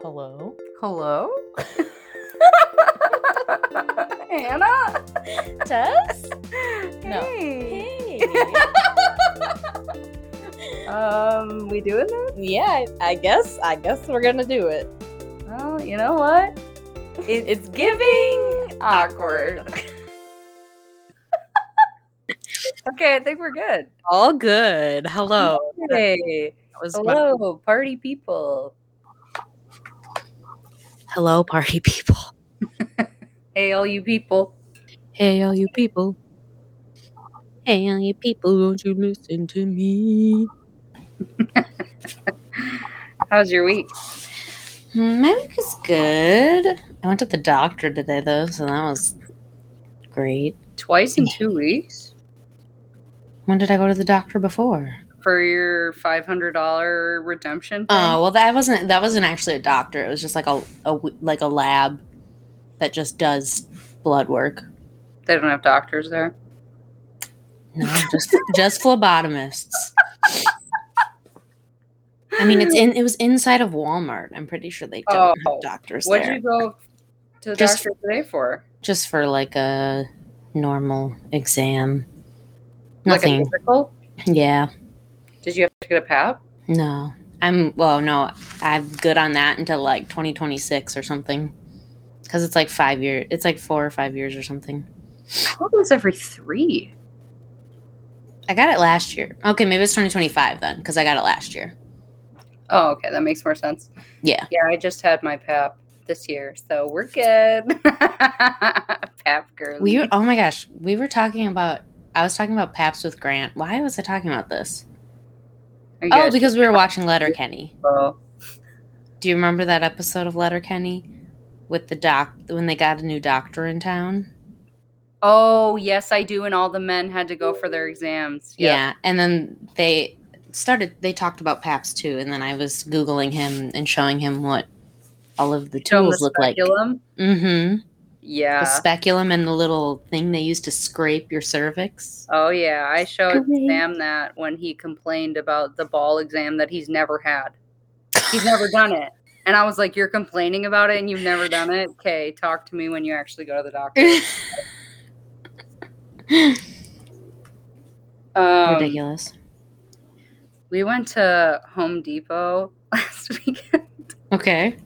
Hello? Hello? Hannah? Tess? No. Hey. Hey. Um, we doing this? yeah, I guess I guess we're gonna do it. Well, you know what? It- It's giving awkward. okay, I think we're good. All good. Hello. Hey. That was my- Hello, party people. Hello, party people. Hey, all you people. Hey all you people. Hey all you people, won't you listen to me? How's your week? Hmm, My week is good. I went to the doctor today though, so that was great. Twice in two weeks? When did I go to the doctor before? For your $500 redemption? thing? Oh well, that wasn't that wasn't actually a doctor. It was just like a, a w- like a lab that just does blood work. They don't have doctors there. No, just just phlebotomists. I mean, it's in it was inside of Walmart. I'm pretty sure they don't Oh, have doctors What'd there. you go to the Just- doctor today for? just for like a normal exam. Like Nothing. a physical? yeah. Did you have to get a pap? No. I'm well, no. I'm good on that until like 2026 or something. Cuz it's like 5 year it's like 4 or 5 years or something. I thought it was every three. I got it last year. Okay, maybe it's 2025 then, because I got it last year. Oh, okay. That makes more sense. Yeah. Yeah, I just had my pap this year, so we're good. pap girl. We were, oh my gosh, we were talking about, I was talking about Paps with Grant. Why was I talking about this? Oh, because we were watching Letterkenny. Do you remember that episode of Letterkenny with the doc, when they got a new doctor in town? oh, yes, I do. And all the men had to go for their exams. Yep. Yeah. And then they started, they talked about Paps too. And then I was Googling him and showing him what all of the Show 'em the tools look like. speculum. Mm hmm. Yeah. The speculum and the little thing they use to scrape your cervix. Oh yeah, I showed Great. Sam that when he complained about the ball exam that he's never had. He's never done it. And I was like, "You're complaining about it, and you've never done it." Okay, talk to me when you actually go to the doctor. Um, Ridiculous. we went to Home Depot last weekend. Okay.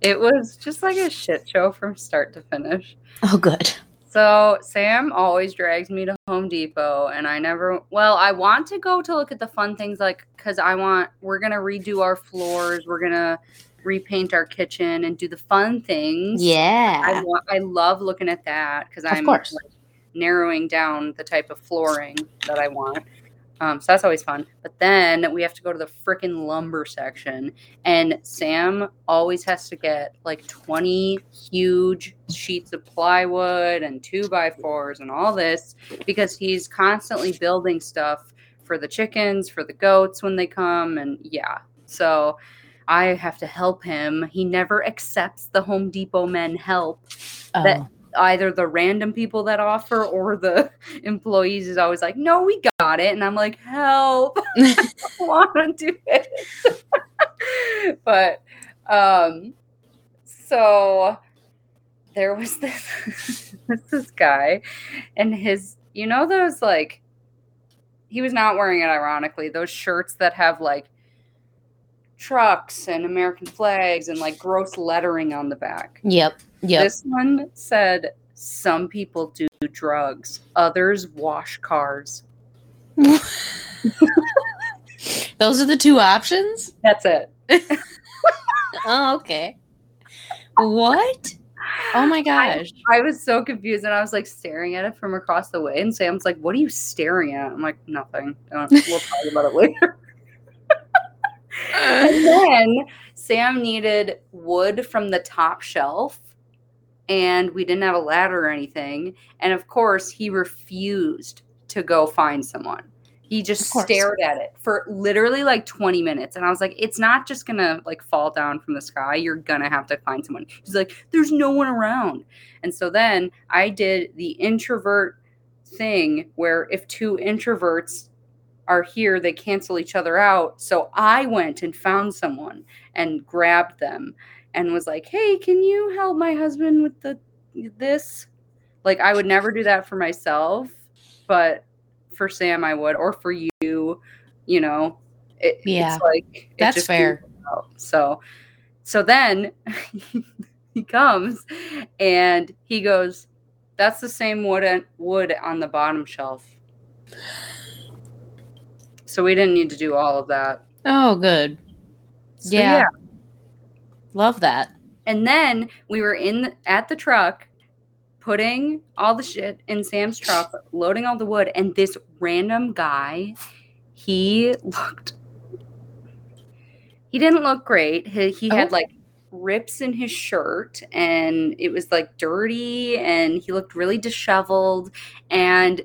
It was just like a shit show from start to finish. Oh, good. So Sam always drags me to Home Depot, and I never. Well, I want to go to look at the fun things, like because I want. We're gonna redo our floors. We're gonna repaint our kitchen and do the fun things. I Yeah. want. I love looking at that because Of I'm course. like, narrowing down the type of flooring that I want. Um, so that's always fun. But then we have to go to the freaking lumber section, and Sam always has to get like 20 huge sheets of plywood and two by fours and all this because he's constantly building stuff for the chickens, for the goats when they come, and yeah. So I have to help him. He never accepts the Home Depot men help Oh. either the random people that offer or the employees is always like, "No, we got it," and I'm like, "Help! I want to do it." but um, so there was this this this guy, and his you know those like he was not wearing it ironically those shirts that have like trucks and American flags and like gross lettering on the back. Yep. Yep. This one said some people do drugs, others wash cars. Those are the two options? That's it. Oh, okay. What? Oh my gosh. I was so confused and I was like staring at it from across the way. And Sam's like, What are you staring at? I'm like, Nothing. Don't- We'll talk about it later. and then Sam needed wood from the top shelf. And we didn't have a ladder or anything. And of course, he refused to go find someone. He Of just course. stared at it for literally like 20 minutes. And I was like, it's not just gonna like fall down from the sky. You're gonna have to find someone. He's like, there's no one around. And so then I did the introvert thing where if two introverts are here they cancel each other out so i went and found someone and grabbed them and was like hey can you help my husband with the this like i would never do that for myself but for sam i would or for you you know it, Yeah. it's like it That's just fair. came out. so so then he comes and he goes that's the same wood wood on the bottom shelf so we didn't need to do all of that Oh, good. So, yeah. Love that. And then we were in the, at the truck, putting all the shit in Sam's truck, loading all the wood, and this random guy, he looked. He didn't look great. He, he had Oh. like rips in his shirt and it was like dirty and he looked really disheveled and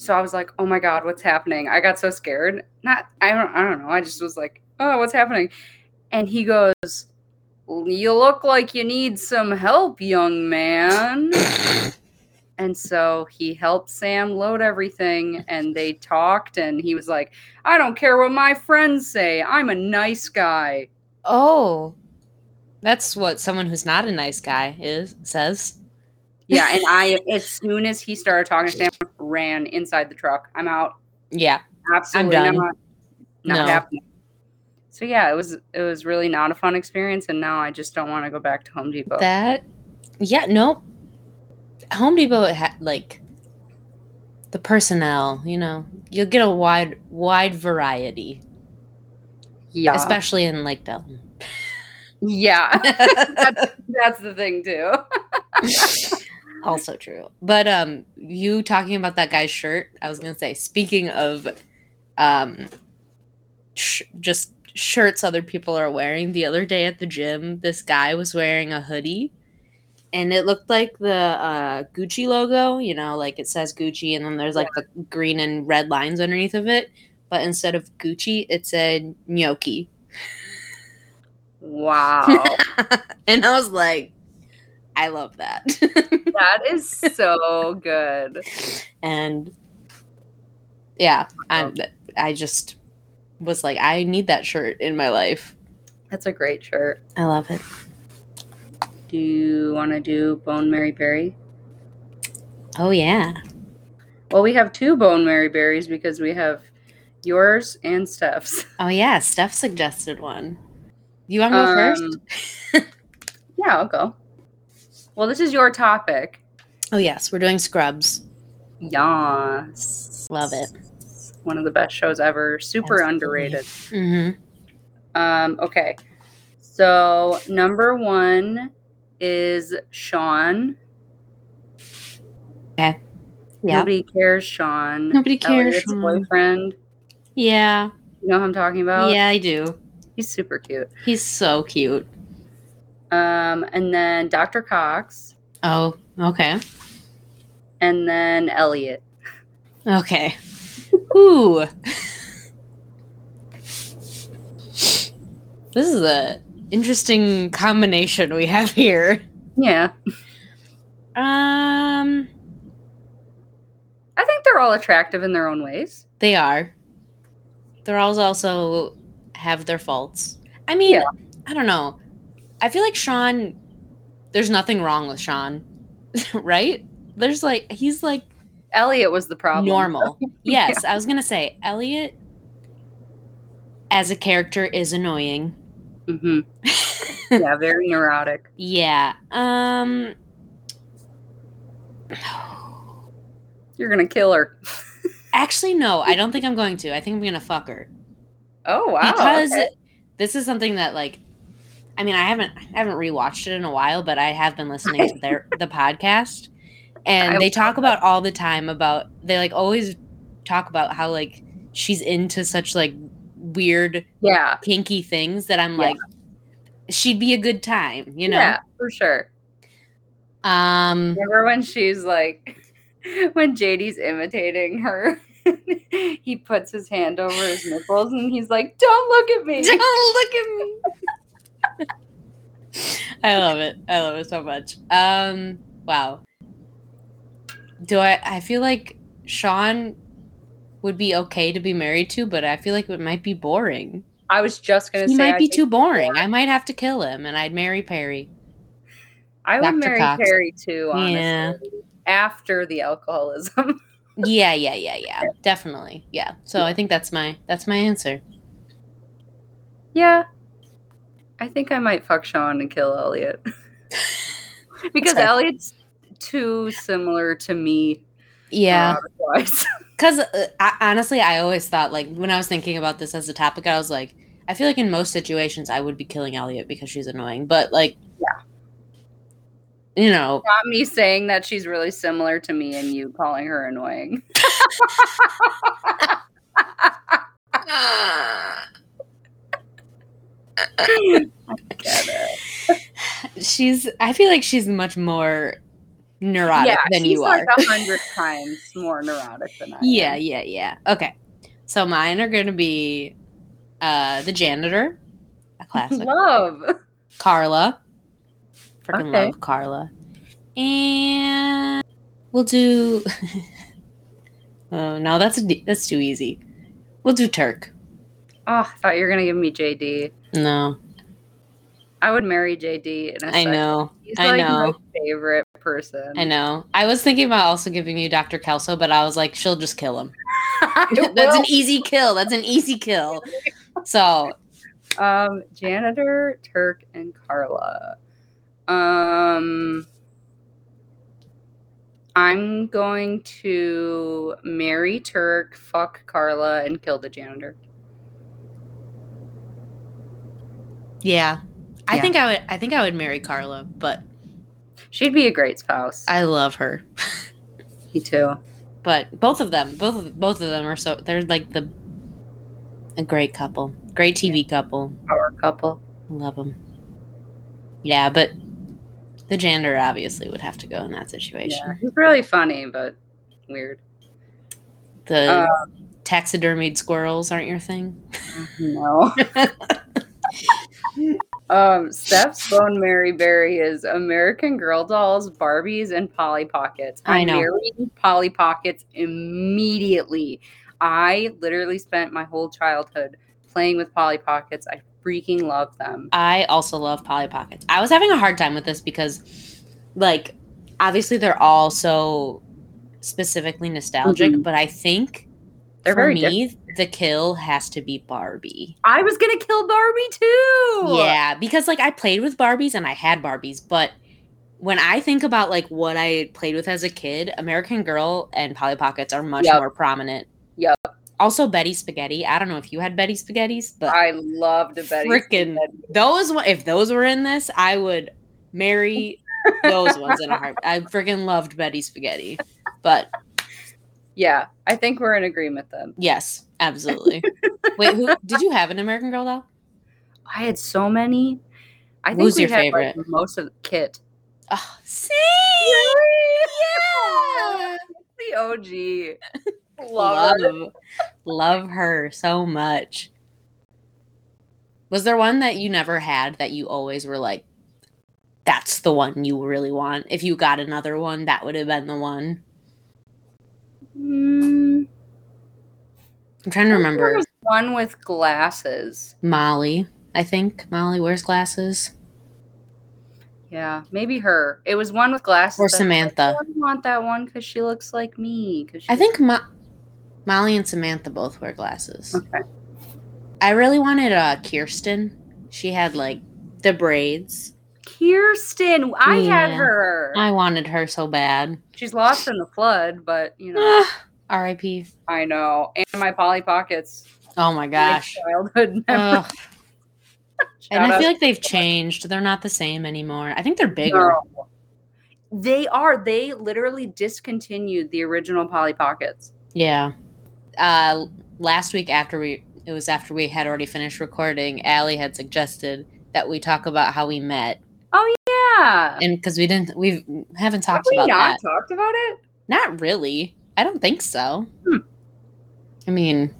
so I was like, "Oh my god, what's happening?" I got so scared. Not I don't I don't know. I just was like, "Oh, what's happening?" And he goes, "You look like you need some help, young man." and so he helped Sam load everything and they talked and he was like, "I don't care what my friends say. I'm a nice guy." Oh, that's what someone who's not a nice guy is says. Yeah, and I as soon as he started talking to Sam, ran inside the truck. I'm out. Yeah. Absolutely done. not. Not No. happening. So yeah, it was it was really not a fun experience, and now I just don't want to go back to Home Depot. That. Yeah. Nope. Home Depot had like the personnel. You know, you'll get a wide wide variety, yeah, especially in Lake Belton. yeah, that's the thing too. also true. But um, you talking about that guy's shirt? I was gonna say. Speaking of, um, sh- just shirts other people are wearing. The other day at the gym, this guy was wearing a hoodie, and it looked like the uh, Gucci logo. You know, like it says Gucci, and then there's like the green and red lines underneath of it. But instead of Gucci, it said gnocchi, Wow, and I was like, I love that. that is so good. and yeah i i just was like i need that shirt in my life That's a great shirt. i love it Do you want to do Bone Mary Berry? oh yeah Well, we have two Bone Mary Berries because we have yours and Steph's. oh yeah steph suggested one you want to go first Um, yeah, I'll go. Well, this is your topic. oh yes we're doing scrubs Yes. Love it. One of the best shows ever. Super Absolutely. underrated. mm-hmm Um, okay. So number one is Sean. Okay. Yeah. Nobody cares, Sean. Nobody cares, Elliot's Sean. boyfriend. yeah You know who I'm talking about? yeah i do He's super cute. he's so cute Um, and then Dr. Cox. oh okay And then Elliot. okay ooh this is a interesting combination we have here Yeah. um I think they're all attractive in their own ways. They are. They're all also have their faults. I mean, Yeah. I don't know. I feel like Sean. There's nothing wrong with Sean, right? There's like he's like Elliot was the problem. normal. Yes, I was gonna say Elliot as a character is annoying. hmm yeah, very neurotic. Yeah. Um. You're gonna kill her. Actually, no. I don't think I'm going to. I think I'm gonna fuck her. Oh wow! because okay. this is something that like I mean I haven't I haven't rewatched it in a while, but I have been listening to their the podcast and I they talk about all the time about they like always talk about how like she's into such like weird yeah, kinky things that I'm Yeah. like she'd be a good time, you know. yeah, for sure. Um Remember when she's like, when JD's imitating her, he puts his hand over his nipples and he's like, "Don't look at me." Don't look at me. I love it. I love it so much. Um, wow. Do I? I feel like Sean would be okay to be married to, but I feel like it might be boring. I was just gonna He say might I be think- too boring. I might have to kill him, and I'd marry Perry. I would Dr. marry Cox. Perry too, honestly. Yeah. After the alcoholism. Yeah, yeah, yeah, yeah. Definitely. Yeah. So I think that's my that's my answer. yeah. I think I might fuck Sean and kill Elliot. because fair. Elliot's too similar to me. Yeah. otherwise. Because uh, I, honestly, I always thought, like, when I was thinking about this as a topic, I was like, I feel like in most situations I would be killing Elliot because she's annoying. But, like, yeah. You know, Not me saying that she's really similar to me and you calling her annoying. Get it. she's, I feel like she's much more neurotic than she's you like are. a hundred times more neurotic than I am. yeah, yeah, yeah. Okay. So mine are going to be uh the janitor, a classic. Love. Carla. Freaking Okay. love Carla. And we'll do. oh no, that's a d that's too easy. We'll do Turk. Oh, I thought you were gonna give me JD. No, I would marry JD in a I second. know, He's I like know, my favorite person. I know. I was thinking about also giving you Dr. Kelso, but I was like, she'll just kill him. I that's an will. easy kill. That's an easy kill. So um, janitor, Turk, and Carla. Um, I'm going to marry Turk, fuck Carla, and kill the janitor. yeah. I Yeah. think I would. I think I would marry Carla, but She'd be a great spouse. I love her. me too. but both of them both of both of them are so they're like the a great couple great tv couple Power couple. love them yeah but the janitor obviously would have to go in that situation Yeah, he's really funny, but weird. the Uh, taxidermied squirrels aren't your thing No. um, Steph's Bone Mary Berry is American Girl dolls, Barbies, and Polly Pockets. I know. marrying Polly Pockets immediately. I literally spent my whole childhood playing with Polly Pockets. I freaking love them. i also love polly pockets i was having a hard time with this because like obviously they're all so specifically nostalgic Mhm. but i think They're for very me different. the kill has to be barbie I was gonna kill Barbie too. Yeah, because like I played with Barbies and I had Barbies, but when I think about like what I played with as a kid, American Girl and Polly Pockets are much Yep. more prominent. Yep. Also Betty Spaghetti. I don't know if you had Betty Spaghettis, but I loved Betty. Frickin' those one if those were in this, I would marry those ones in a heart. I freaking loved Betty Spaghetti. But Yeah, I think we're in agreement then. yes, absolutely. Wait, who, did you have an American Girl doll? I had so many. I think Who's we your had, like, favorite? most of Kit. Oh, see? Yeah. The OG. love Love her. love her so much was there one that you never had that you always were like that's the one you really want if you got another one that would have been the one Mm, i'm trying to I think There remember was one with glasses. molly i think molly wears glasses Yeah, maybe her. It was one with glasses. or that I was like, samantha I want that one because she looks like me. 'cause i she's- think Mo- molly and samantha both wear glasses Okay. i really wanted uh kirsten she had like the braids Kirsten. I had Yeah. her. i wanted her so bad She's lost in the flood, but you know, Ah, rip I know. And my Polly Pockets. oh my my gosh Childhood memory. Ugh, and Shout I out feel like they've changed. They're not the same anymore. I think they're bigger. No. They are. They literally discontinued the original Polly Pockets. Yeah. Uh, last week after we, it was after we had already finished recording. Allie had suggested that we talk about how we met, Yeah. and because we didn't, we haven't Have talked we about not that. talked about it? Not really. I don't think so. Hmm. I mean,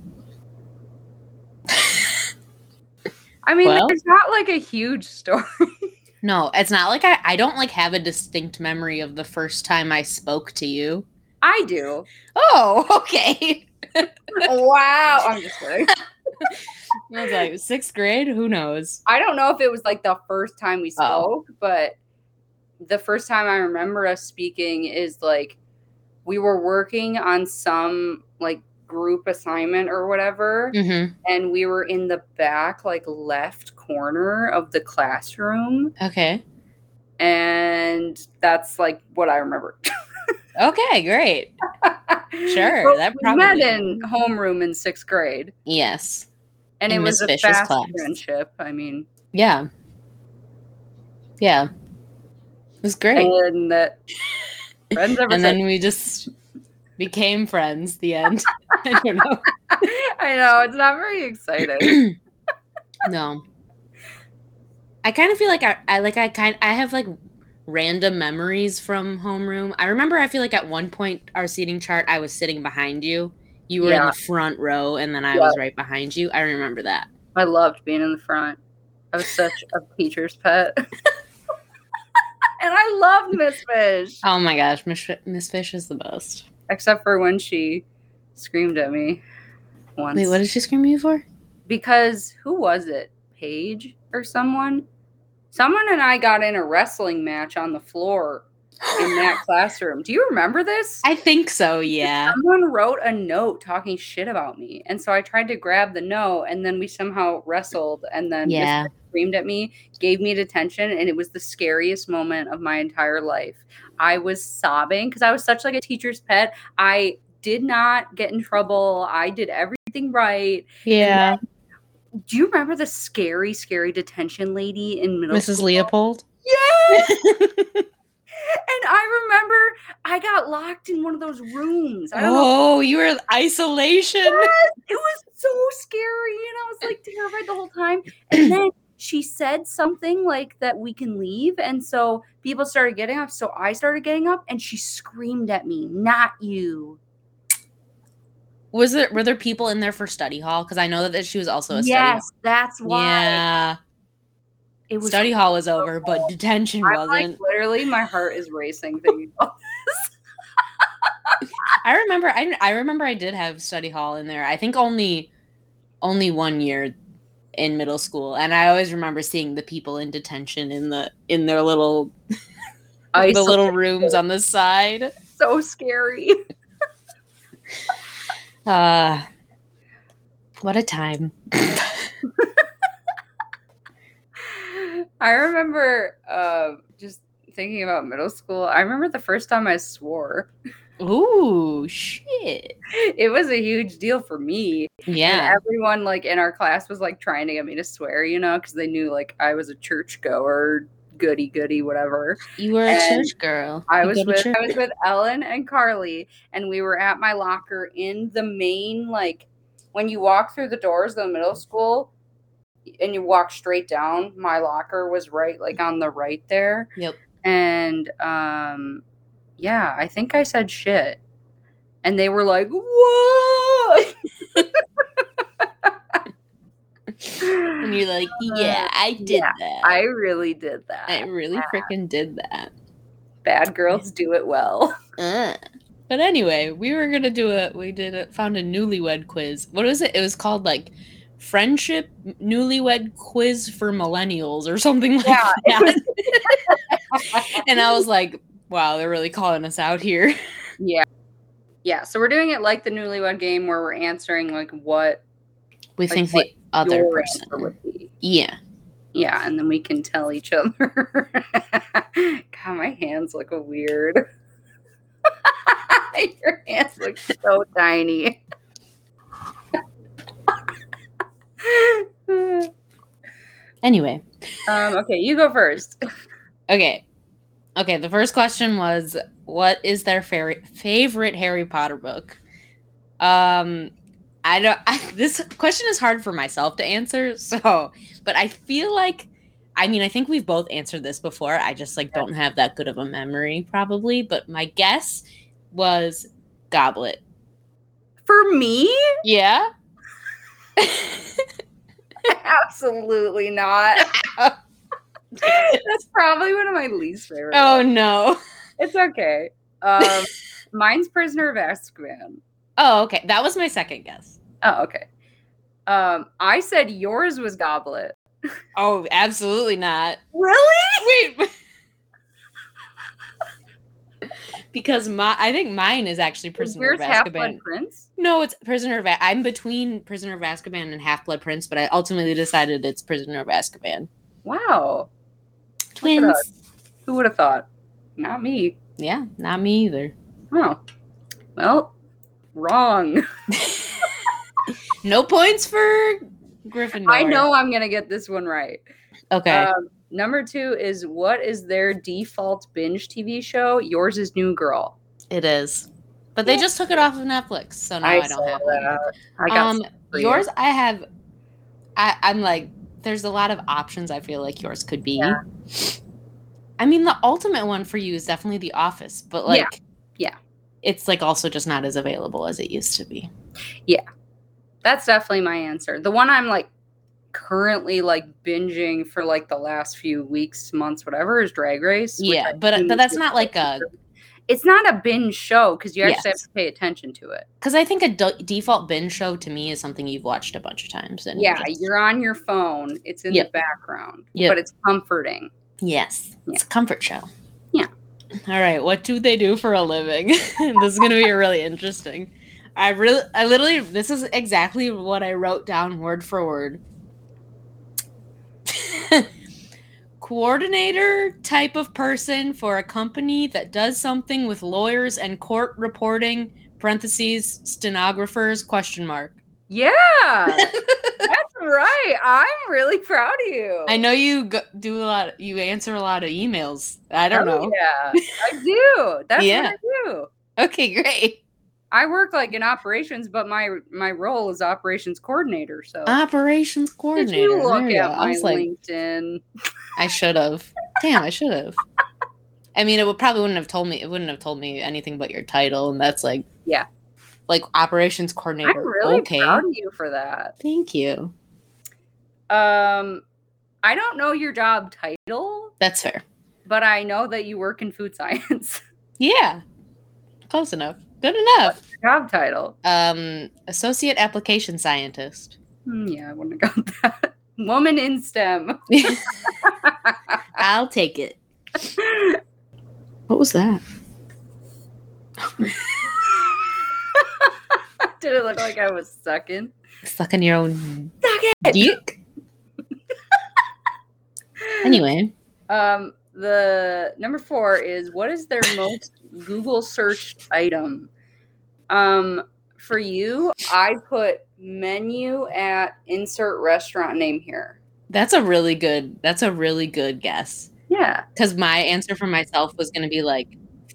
I mean, Well- there's not like a huge story. no, it's not like I. I don't like have a distinct memory of the first time I spoke to you. I do. Oh, okay. wow. I'm just kidding. I was like, sixth grade? Who knows? I don't know if it was like the first time we Oh. spoke, but the first time I remember us speaking is like we were working on some like group assignment or whatever Mm-hmm. and we were in the back like left corner of the classroom Okay. and that's like what I remember. Okay, great. Sure, But that we met probably- in homeroom in sixth grade, Yes. and In it Miss was a Fisher's fast class. friendship. I mean, Yeah. Yeah. It was great. and that friends ever and since. then we just became friends the end i don't know I know it's not very exciting. no i kind of feel like i, I like i kind i have like random memories from homeroom i remember i feel like at one point our seating chart i was sitting behind you you were in Yeah. the front row and then i was right behind you i remember that I loved being in the front. I was such a teacher's pet, and I loved Miss Fish, oh my gosh miss, Fi- miss fish is the best except for when she screamed at me once. wait what did she scream at you for because who was it? Paige or someone? Someone and I got in a wrestling match on the floor in that classroom. Do you remember this? i think so yeah Someone wrote a note talking shit about me. And so I tried to grab the note and then we somehow wrestled and then Miss yeah screamed at me, gave me detention, and it was the scariest moment of my entire life. I was sobbing because I was such like a teacher's pet. I did not get in trouble. I did everything right yeah do you remember the scary, scary detention lady in middle mrs school? leopold Yes! and I remember I got locked in one of those rooms. I don't know. oh you were in isolation It was so scary, and I was like terrified the whole time. And then she said something like that we can leave, and so people started getting up. So I started getting up, and she screamed at me, "Not you!" Was there were there people in there for study hall? Because I know that she was also a yes, that's study hall. why Yeah, it was study hall was over, but detention I'm wasn't. like literally, my heart is racing. Thinking, about I remember. I I remember. I did have study hall in there. I think only only one year in middle school, and I always remember seeing the people in detention in the in their little the isolation. little rooms on the side. so scary. Uh what a time. I remember uh, just thinking about middle school. I remember the first time I swore. Ooh, shit. It was a huge deal for me. And Yeah. everyone like in our class was like trying to get me to swear, you know, because they knew like I was a churchgoer, goody goody, whatever. You were a and church girl. I You was go to with church. I was with Ellen and Carly, and we were at my locker in the main like when you walk through the doors of the middle Mm-hmm. school and you walk straight down, my locker was right like on the right there. Yep. And um yeah, I think I said shit. And they were like, Whoa And you're like, yeah, I did Uh, yeah, that. I really did that. I really freaking did that. Bad girls do it well. Ugh. But anyway, we were gonna do a we did a found a newlywed quiz. What was it? It was called like friendship newlywed quiz for millennials or something like Yeah, that. and I was like, wow, they're really calling us out here. Yeah. Yeah. So we're doing it like the newlywed game where we're answering like what We Like, think what the other your person. answer would be. Yeah. Yeah, and then we can tell each other. God, my hands look weird. Your hands look so tiny. um, Anyway. okay, you go first. Okay. Okay, the first question was what is their favorite favorite Harry Potter book? Um I don't I, this question is hard for myself to answer, so but I feel like I mean, I think we've both answered this before. I just like don't have that good of a memory probably, but my guess was Goblet. For me? Yeah? Absolutely not. That's probably one of my least favorite. oh no. It's okay. Um, mine's Prisoner of Azkaban. Oh, okay. That was my second guess. Oh, okay. Um, I said yours was Goblet. Oh, absolutely not. Really? Wait. because my I think mine is actually Prisoner Where's of Half Blood Azkaban. Prince? No, it's Prisoner of A- I'm between Prisoner of Azkaban and Half Blood Prince, but I ultimately decided it's Prisoner of Azkaban. Wow. Twins. us. Who would have thought? Not me. Yeah, not me either. Oh. Well, wrong. No points for Gryffindor. I know I'm going to get this one right. Okay. Um, number two is what is their default binge TV show? Yours is New Girl. It is. But they just took it off of Netflix, so now I, saw don't have that. it. I got um, for you. yours, I have. I, I'm like, there's a lot of options. I feel like yours could be. Yeah. I mean, the ultimate one for you is definitely The Office, but Yeah. like, Yeah. it's like also just not as available as it used to be. That's definitely my answer. The one I'm like currently like binging for like the last few weeks, months, whatever is Drag Race. which yeah, I but think but that's is- not like a It's not a binge show because you actually Yes. have to pay attention to it. because I think a d- default binge show to me is something you've watched a bunch of times. And Yeah, just- you're on your phone. It's in Yep. the background, Yep. but it's comforting. Yes, it's a comfort show. Yeah. All right. What do they do for a living? this is going to be really interesting. I really, I literally, this is exactly what I wrote down word for word. Coordinator type of person for a company that does something with lawyers and court reporting parentheses stenographers question mark. Yeah, that's right. I'm really proud of you. I know you go- do a lot. You answer a lot of emails. I don't Oh, know. Yeah, I do. That's Yeah. what I do. Okay, great. I work like in operations, but my my role is operations coordinator. So Operations Oh. did coordinator. you look There you at go. my I was like, LinkedIn? I should have. Damn, I should have. I mean, it would probably wouldn't have told me. It wouldn't have told me anything but your title, and that's like, Yeah. like operations coordinator. I'm really okay, proud of you for that. thank you. Um, I don't know your job title, That's fair. but I know that you work in food science. Yeah, close enough. Good enough. job title. Um, associate application scientist. Hmm, yeah, I wouldn't have got that. Woman in STEM. I'll take it. What was that? Did it look like I was sucking? Sucking your own Suck dick. Anyway, Um, the number four is what is their most Google searched item? Um, for you, I put menu at insert restaurant name here. that's a really good. That's a really good guess. Yeah. because my answer for myself was going to be like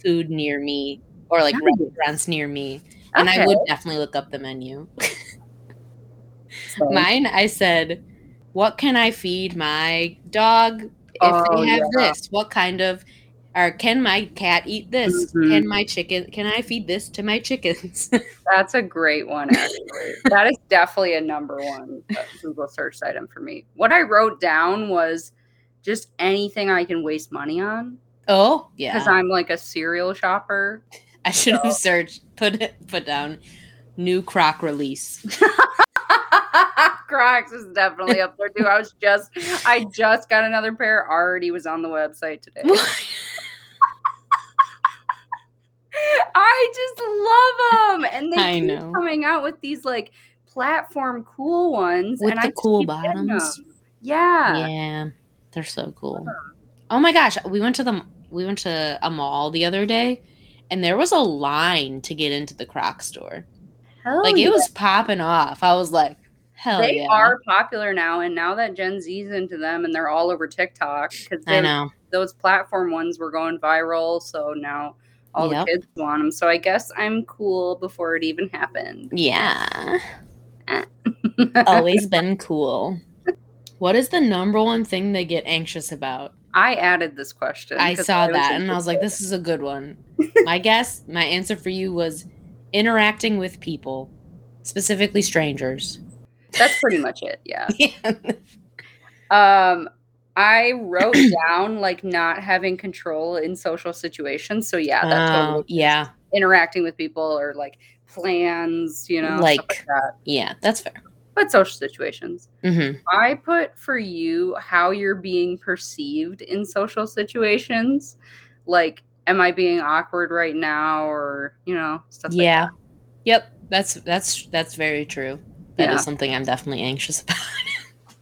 food near me or like Nice. restaurants near me and i would definitely look up the menu So- mine i said what can i feed my dog if Oh, they have yeah. this what kind of or can my cat eat this Mhm. can my chicken can i feed this to my chickens That's a great one, actually. that is definitely a number one uh, Google search item for me. What I wrote down was just anything I can waste money on oh because yeah I'm like a cereal shopper. i should have searched put it put down new croc release Crocs is definitely up there too. I was just, I just got another pair. Already was on the website today. I just love them, and they I keep know. coming out with these like platform cool ones With and the I just cool keep getting bottoms. them. Yeah. Yeah, they're so cool. Oh my gosh, we went to the we went to a mall the other day, and there was a line to get into the Croc store. Hell like Oh, yeah. it was popping off. I was like, hell they yeah! are popular now, and now that Gen Z's into them, and they're all over TikTok because I know. those platform ones were going viral. So now all Yep. the kids want them. So I guess I'm cool before it even happened. Yeah, always been cool. What is the number one thing they get anxious about? I added this question. I 'cause saw was that and I was like, interested. this is a good one. my guess, my answer for you was interacting with people, specifically strangers. that's pretty much it. Yeah. Yeah. Um, I wrote down like not having control in social situations. So yeah, that's Oh, totally yeah. interacting with people or like plans, you know, Like- stuff that. Yeah, that's fair. But social situations. Mm-hmm. I put for you how you're being perceived in social situations. Like, am I being awkward right now or, you know, stuff like Yeah. Yep. That's that's that's very true. That is Yeah. something I'm definitely anxious about.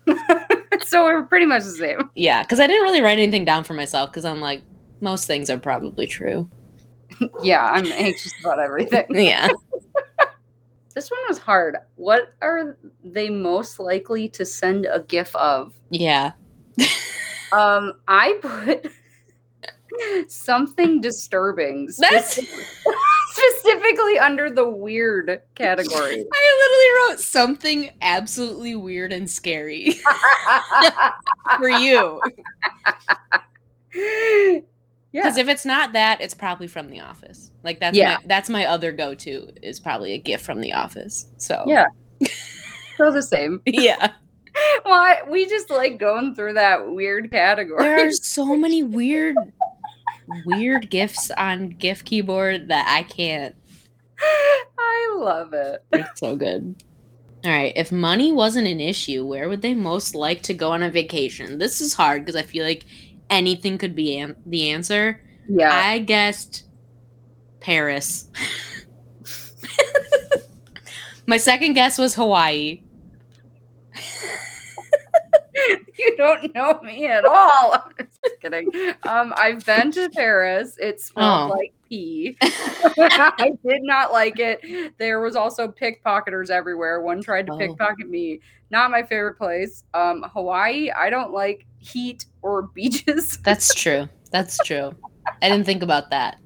that. so we're pretty much the same. yeah, because I didn't really write anything down for myself because I'm like most things are probably true. Yeah, I'm anxious about everything. Yeah. This one was hard. What are they most likely to send a gif of? Yeah. Um, I put something disturbing. That's speci- specifically under the weird category. I literally wrote something absolutely weird and scary for you. yeah. Because if it's not that, it's probably from The Office. Like that's Yeah. my, that's my other go to is probably a gift from The Office. So Yeah. So the same. yeah. Why we just like going through that weird There category. are so many weird, weird gifts on GIF keyboard that I can't. I love it. It's so good. All right. If money wasn't an issue, where would they most like to go on a vacation? This is hard because I feel like anything could be an- the answer. Yeah. I guessed Paris. My second guess was Hawaii. you don't know me at all. I'm just kidding. Um, I've been to Paris. It smelled Oh. like pee. I did not like it. There was also pickpocketers everywhere. One tried to Oh. pickpocket me. Not my favorite place. Um, Hawaii. I don't like heat or beaches. That's true. That's true. I didn't think about that.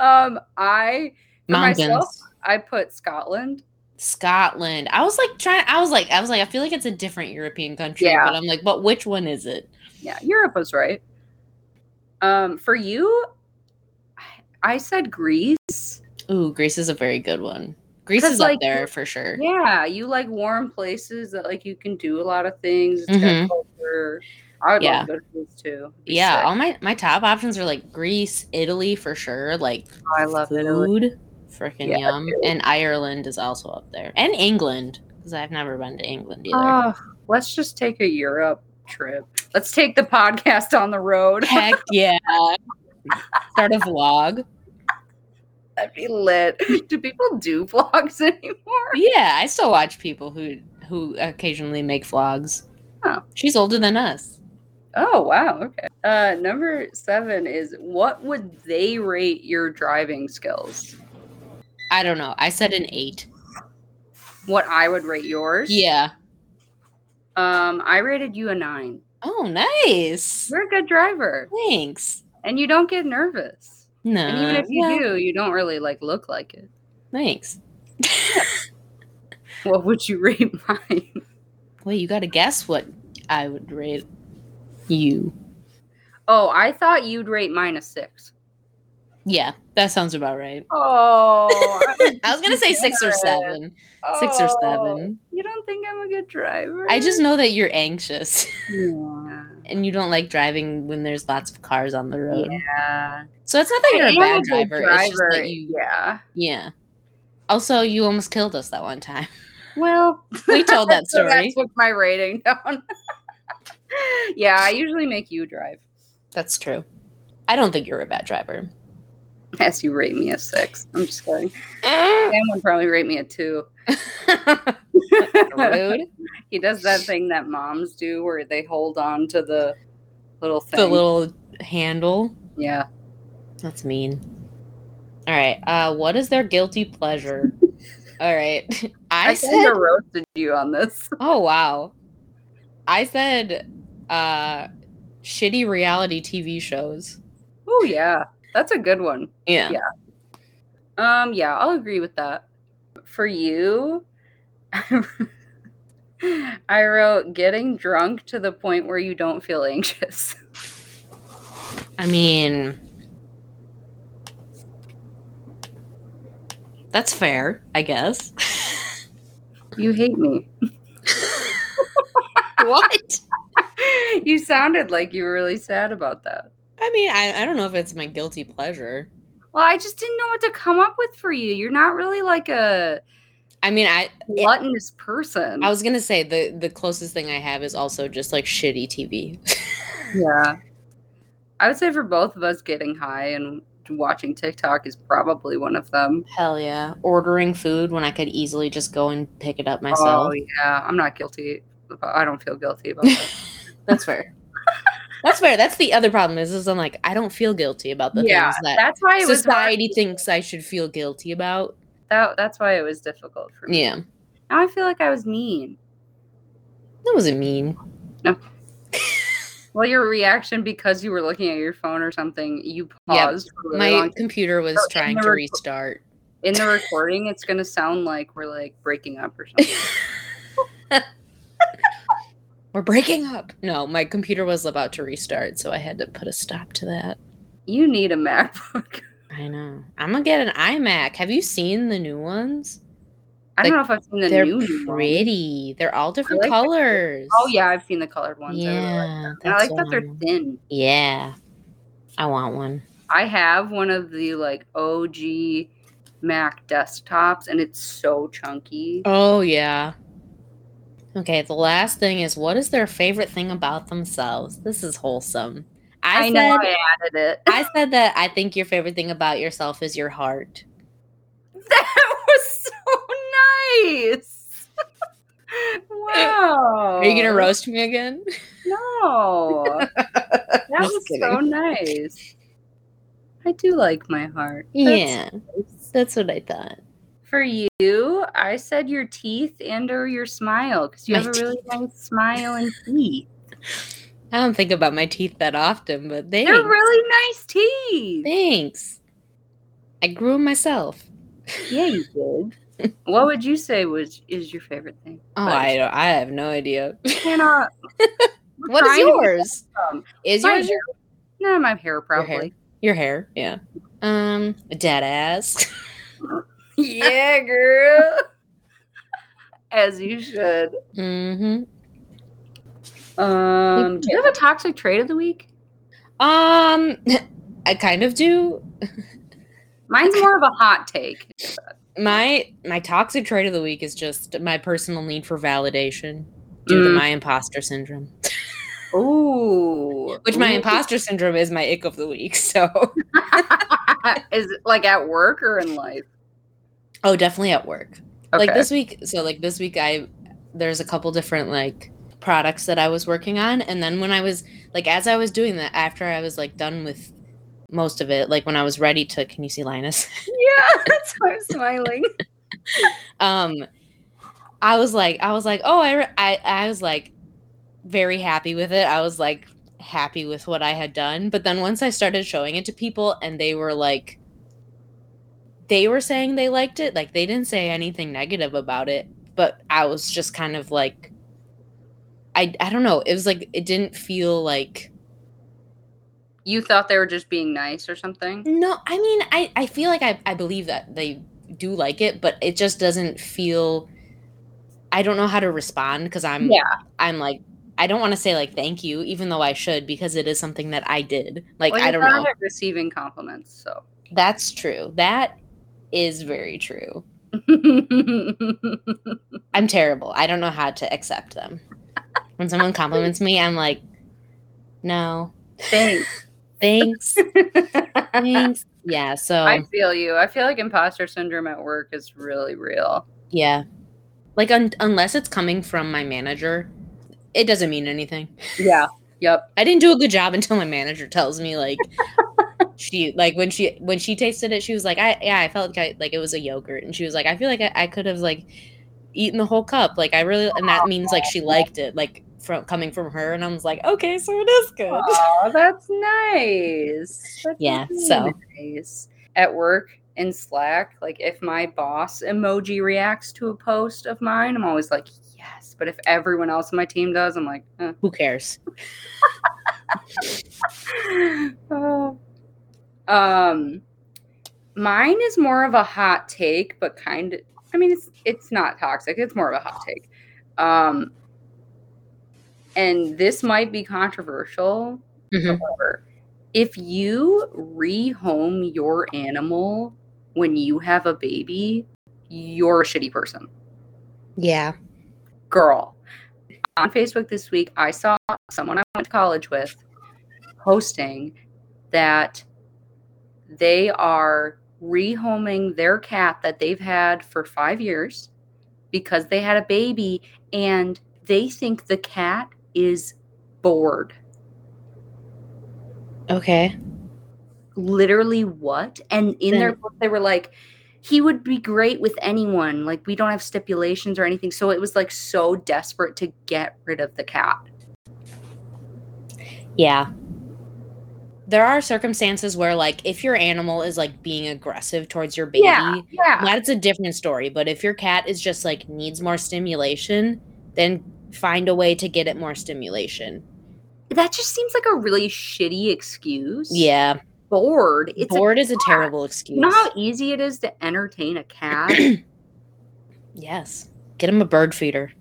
Um, I For Mountains. myself? I put Scotland. Scotland. I was like trying I was like I was like I feel like it's a different European country, Yeah. but I'm like but which one is it? Yeah, Europe was right. Um, for you, I- I said Greece. Ooh, Greece is a very good one. Greece 'Cause, is like, up there for sure. Yeah, you like warm places that like you can do a lot of things. It's Mhm. got culture. I would Yeah. love to go to Greece too. It'd be Yeah, sick. all my my top options are like Greece, Italy for sure, like I love food, Italy. freaking Yeah, yum. And Ireland is also up there, and England because I've never been to England either. Oh, let's just take a Europe trip. Let's take the podcast on the road. Heck yeah! Start a vlog. That'd be lit. Do people do vlogs anymore? Yeah, I still watch people who who occasionally make vlogs. Huh. She's older than us. Oh wow, okay. Uh number seven is what would they rate your driving skills? I don't know. I said an eight. What I would rate yours? Yeah. Um, I rated you a nine. Oh, nice. You're a good driver. Thanks. And you don't get nervous. No. And even if you yeah, do, you don't really like look like it. Thanks. What would you rate mine? Wait, you got to guess what I would rate you. Oh, I thought you'd rate mine a six. Yeah, that sounds about right. Oh I was gonna say six or seven. Six Oh, or seven. You don't think I'm a good driver? I just know that you're anxious yeah. and you don't like driving when there's lots of cars on the road. yeah. So it's not that you're I a am bad good driver. It's just driver, that you, yeah. yeah. Also, you almost killed us that one time. Well, We told that so that story. took my rating down. yeah, I usually make you drive, That's true. I don't think you're a bad driver. as you rate me a six. I'm just kidding. Sam would probably rate me a two. Rude. he does that thing that moms do, where they hold on to the little thing. The little handle. yeah. That's mean. All right. Uh, what is their guilty pleasure? All right. I, I, said kind of roasted you on this. Oh wow. I said uh shitty reality TV shows. Oh yeah, that's a good one. Yeah. Yeah. Um, yeah, I'll agree with that. For you, I wrote getting drunk to the point where you don't feel anxious. I mean That's fair, I guess. You hate me. what? you sounded like you were really sad about that. I mean, I, I don't know if it's my guilty pleasure. Well, I just didn't know what to come up with for you. You're not really like a I mean, I gluttonous person. I was gonna say the the closest thing I have is also just like shitty TV. yeah. I would say for both of us, getting high and watching TikTok is probably one of them. Hell yeah. Ordering food when I could easily just go and pick it up myself. Oh yeah. I'm not guilty. I don't feel guilty about that. That's fair. That's fair. That's the other problem is, is I'm like I don't feel guilty about the yeah, things that that's why it was society hard. thinks I should feel guilty about. That, that's why it was difficult for me. Yeah, Now I feel like I was mean. that wasn't mean. Well, your reaction because you were looking at your phone or something, you Yeah, paused for a My really long computer was Oh, and trying the to record- restart. in the recording, it's gonna sound like we're like breaking up or something. We're breaking up. No, my computer was about to restart, so I had to put a stop to that. you need a MacBook. I know. I'm gonna get an iMac. Have you seen the new ones? I Like, don't know if I've seen the They're new one. pretty. They're all different like the- colors. Oh yeah, I've seen the colored ones. I really like. yeah. And I that's like the that they're one. thin. Yeah, I want one. I have one of the like OG Mac desktops, and it's so chunky. Oh yeah. Okay, the last thing is what is their favorite thing about themselves? This is wholesome. I, I said know I added it. I said that I think your favorite thing about yourself is your heart. That was so nice. wow. Eh, Are you gonna roast me again? No. that Just was so nice. I do like my heart. That's yeah. nice. That's what I thought. For you, I said your teeth and or your smile because you My have a really nice smile and teeth. I don't think about my teeth that often, but thanks. They're really nice teeth. thanks. I grew 'em myself. Yeah, you did. what would you say was is your favorite thing? Oh, But I don't, I have no idea. I cannot. We're What is trying to get yours? some. Is My yours your, No, my hair Your hair. probably. your hair? Yeah. Um, dead ass. yeah, girl. As you should. mm-hmm. Um, do you have a toxic trait of the week? Um, I kind of do. Mine's more of a hot take. My my toxic trait of the week is just my personal need for validation due to Mm. my imposter syndrome, Ooh, which my Ooh. imposter syndrome is my ick of the week. So, is it like at work or in life? oh, definitely at work. Okay. Like this week, so like this week, I there's a couple different like products that I was working on, and then when I was like as I was doing that, after I was like done with most of it, like when I was ready to, can you see Linus? yeah, that's why I'm smiling. um i was like i was like oh I, re- I i was like very happy with it i was like happy with what i had done but then once i started showing it to people and they were like they were saying they liked it like they didn't say anything negative about it but i was just kind of like i i don't know it was like it didn't feel like You thought they were just being nice or something? No, I mean, I, I feel like I, I believe that they do like it, but it just doesn't feel. I don't know how to respond because I'm Yeah. I'm like I don't want to say like thank you, even though I should because it is something that I did. Like Well, I you're don't not know. at receiving compliments, so. That's true. That is very true. I'm terrible. I don't know how to accept them. When someone compliments me, I'm like, no, Thanks. thanks, thanks. Yeah. So I feel you. I feel like imposter syndrome at work is really real. Yeah. Like un- unless it's coming from my manager, it doesn't mean anything. Yeah. Yep. I didn't do a good job until my manager tells me like she like when she when she tasted it, she was like, I yeah, I felt like I, like it was a yogurt, and she was like, I feel like I, I could have like eaten the whole cup. Like I really, and that means like she liked it, like from coming from her, and I was like, okay, so it is good. Oh, that's nice. That's Yeah, so. nice. at work in Slack, like if my boss emoji reacts to a post of mine, I'm always like, yes. But if everyone else on my team does, I'm like, eh. Who cares? oh. Um, mine is more of a hot take, but kind of. I mean, it's it's not toxic. It's more of a hot take. Um, and this might be controversial. Mhm. However, if you rehome your animal when you have a baby, you're a shitty person. Yeah. Girl, on Facebook this week, I saw someone I went to college with posting that they are rehoming their cat that they've had for five years because they had a baby and they think the cat is bored. Okay. Literally, what? And in their book, they were like, he would be great with anyone. Like, we don't have stipulations or anything. So it was like so desperate to get rid of the cat. Yeah. There are circumstances where, like, if your animal is like being aggressive towards your baby, Yeah, yeah. that's a different story. But if your cat is just like needs more stimulation, then find a way to get it more stimulation. That just seems like a really shitty excuse. Yeah. Bored. It's a- Bored is a cat. terrible excuse. you know how easy it is to entertain a cat? yes. Get him a bird feeder.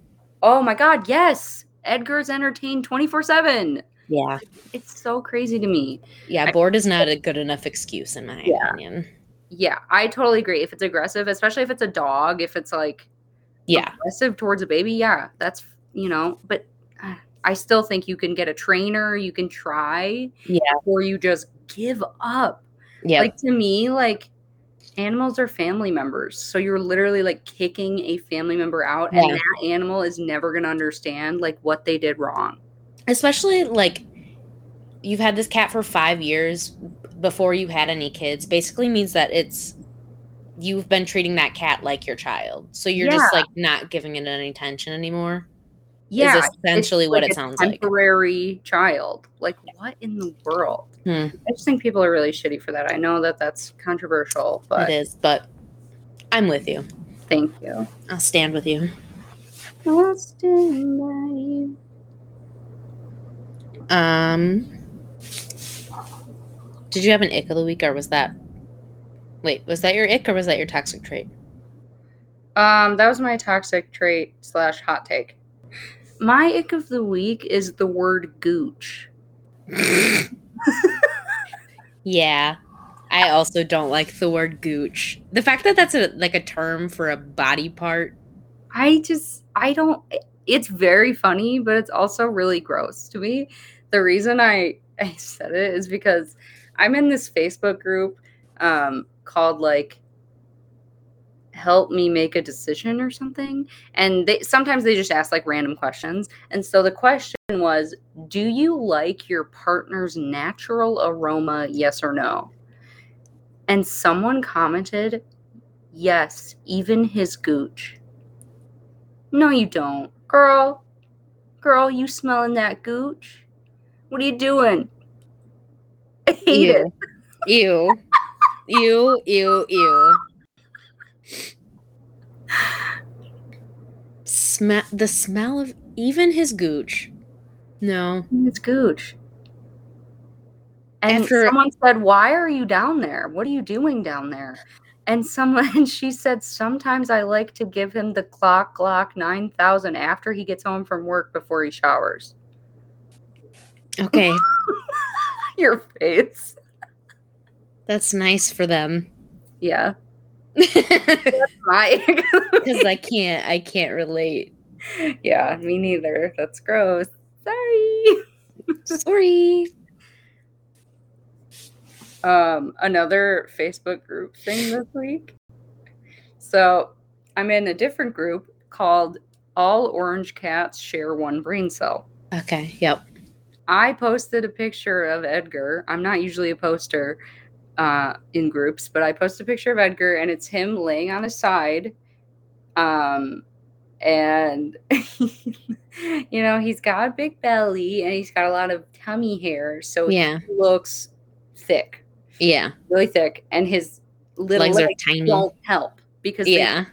oh my God. Yes. Edgar's entertained 24 7. Yeah. It's so crazy to me. Yeah, bored is not a good enough excuse in my Yeah. opinion. Yeah, I totally agree. If it's aggressive, especially if it's a dog, if it's like Yeah. aggressive towards a baby, yeah, that's you know. But uh, I still think you can get a trainer. You can try, Yeah. or you just give up. Yeah. Like to me, like animals are family members, so you're literally like kicking a family member out, and Yeah. that animal is never gonna understand like what they did wrong. especially like you've had this cat for five years before you had any kids basically means that it's you've been treating that cat like your child so you're just like not giving it any attention anymore Yeah, is essentially what it sounds like Temporary child. Like what in the world? Hmm. I just think people are really shitty for that. I know that that's controversial, but it is but i'm with you thank you. i'll stand with you Austin, I- um did you have an ick of the week or was that wait was that your ick or was that your toxic trait Um, that was my toxic trait slash hot take. My ick of the week is the word gooch. Yeah. I also don't like the word gooch. The fact that that's a like a term for a body part. I just I don't. It's very funny, but it's also really gross to me. The reason I I said it is because I'm in this Facebook group um, called like help me make a decision or something and they sometimes they just ask like random questions and so the question was do you like your partner's natural aroma yes or no and someone commented yes even his gooch no, you don't. Girl, girl, you smelling that gooch? What are you doing? I hate it. Ew. Ew, ew, ew. Smell the smell of even his gooch. No. It's gooch. And After- someone said, Why are you down there? What are you doing down there? And someone, and she said, Sometimes I like to give him the clock, clock 9000 after he gets home from work before he showers. Okay. Your face. That's nice for them. Yeah. Cuz My. I can't I can't relate. yeah, me neither. That's gross. Sorry. Sorry. um, another Facebook group thing this week. So I'm in a different group called All Orange Cats Share One Brain Cell. Okay, yep. I posted a picture of Edgar. I'm not usually a poster uh, in groups, but I posted a picture of Edgar and it's him laying on his side. Um, and, you know, he's got a big belly and he's got a lot of tummy hair. So Yeah. he looks thick Yeah. really thick, and his little Legs legs, are tiny. don't help because they- Yeah.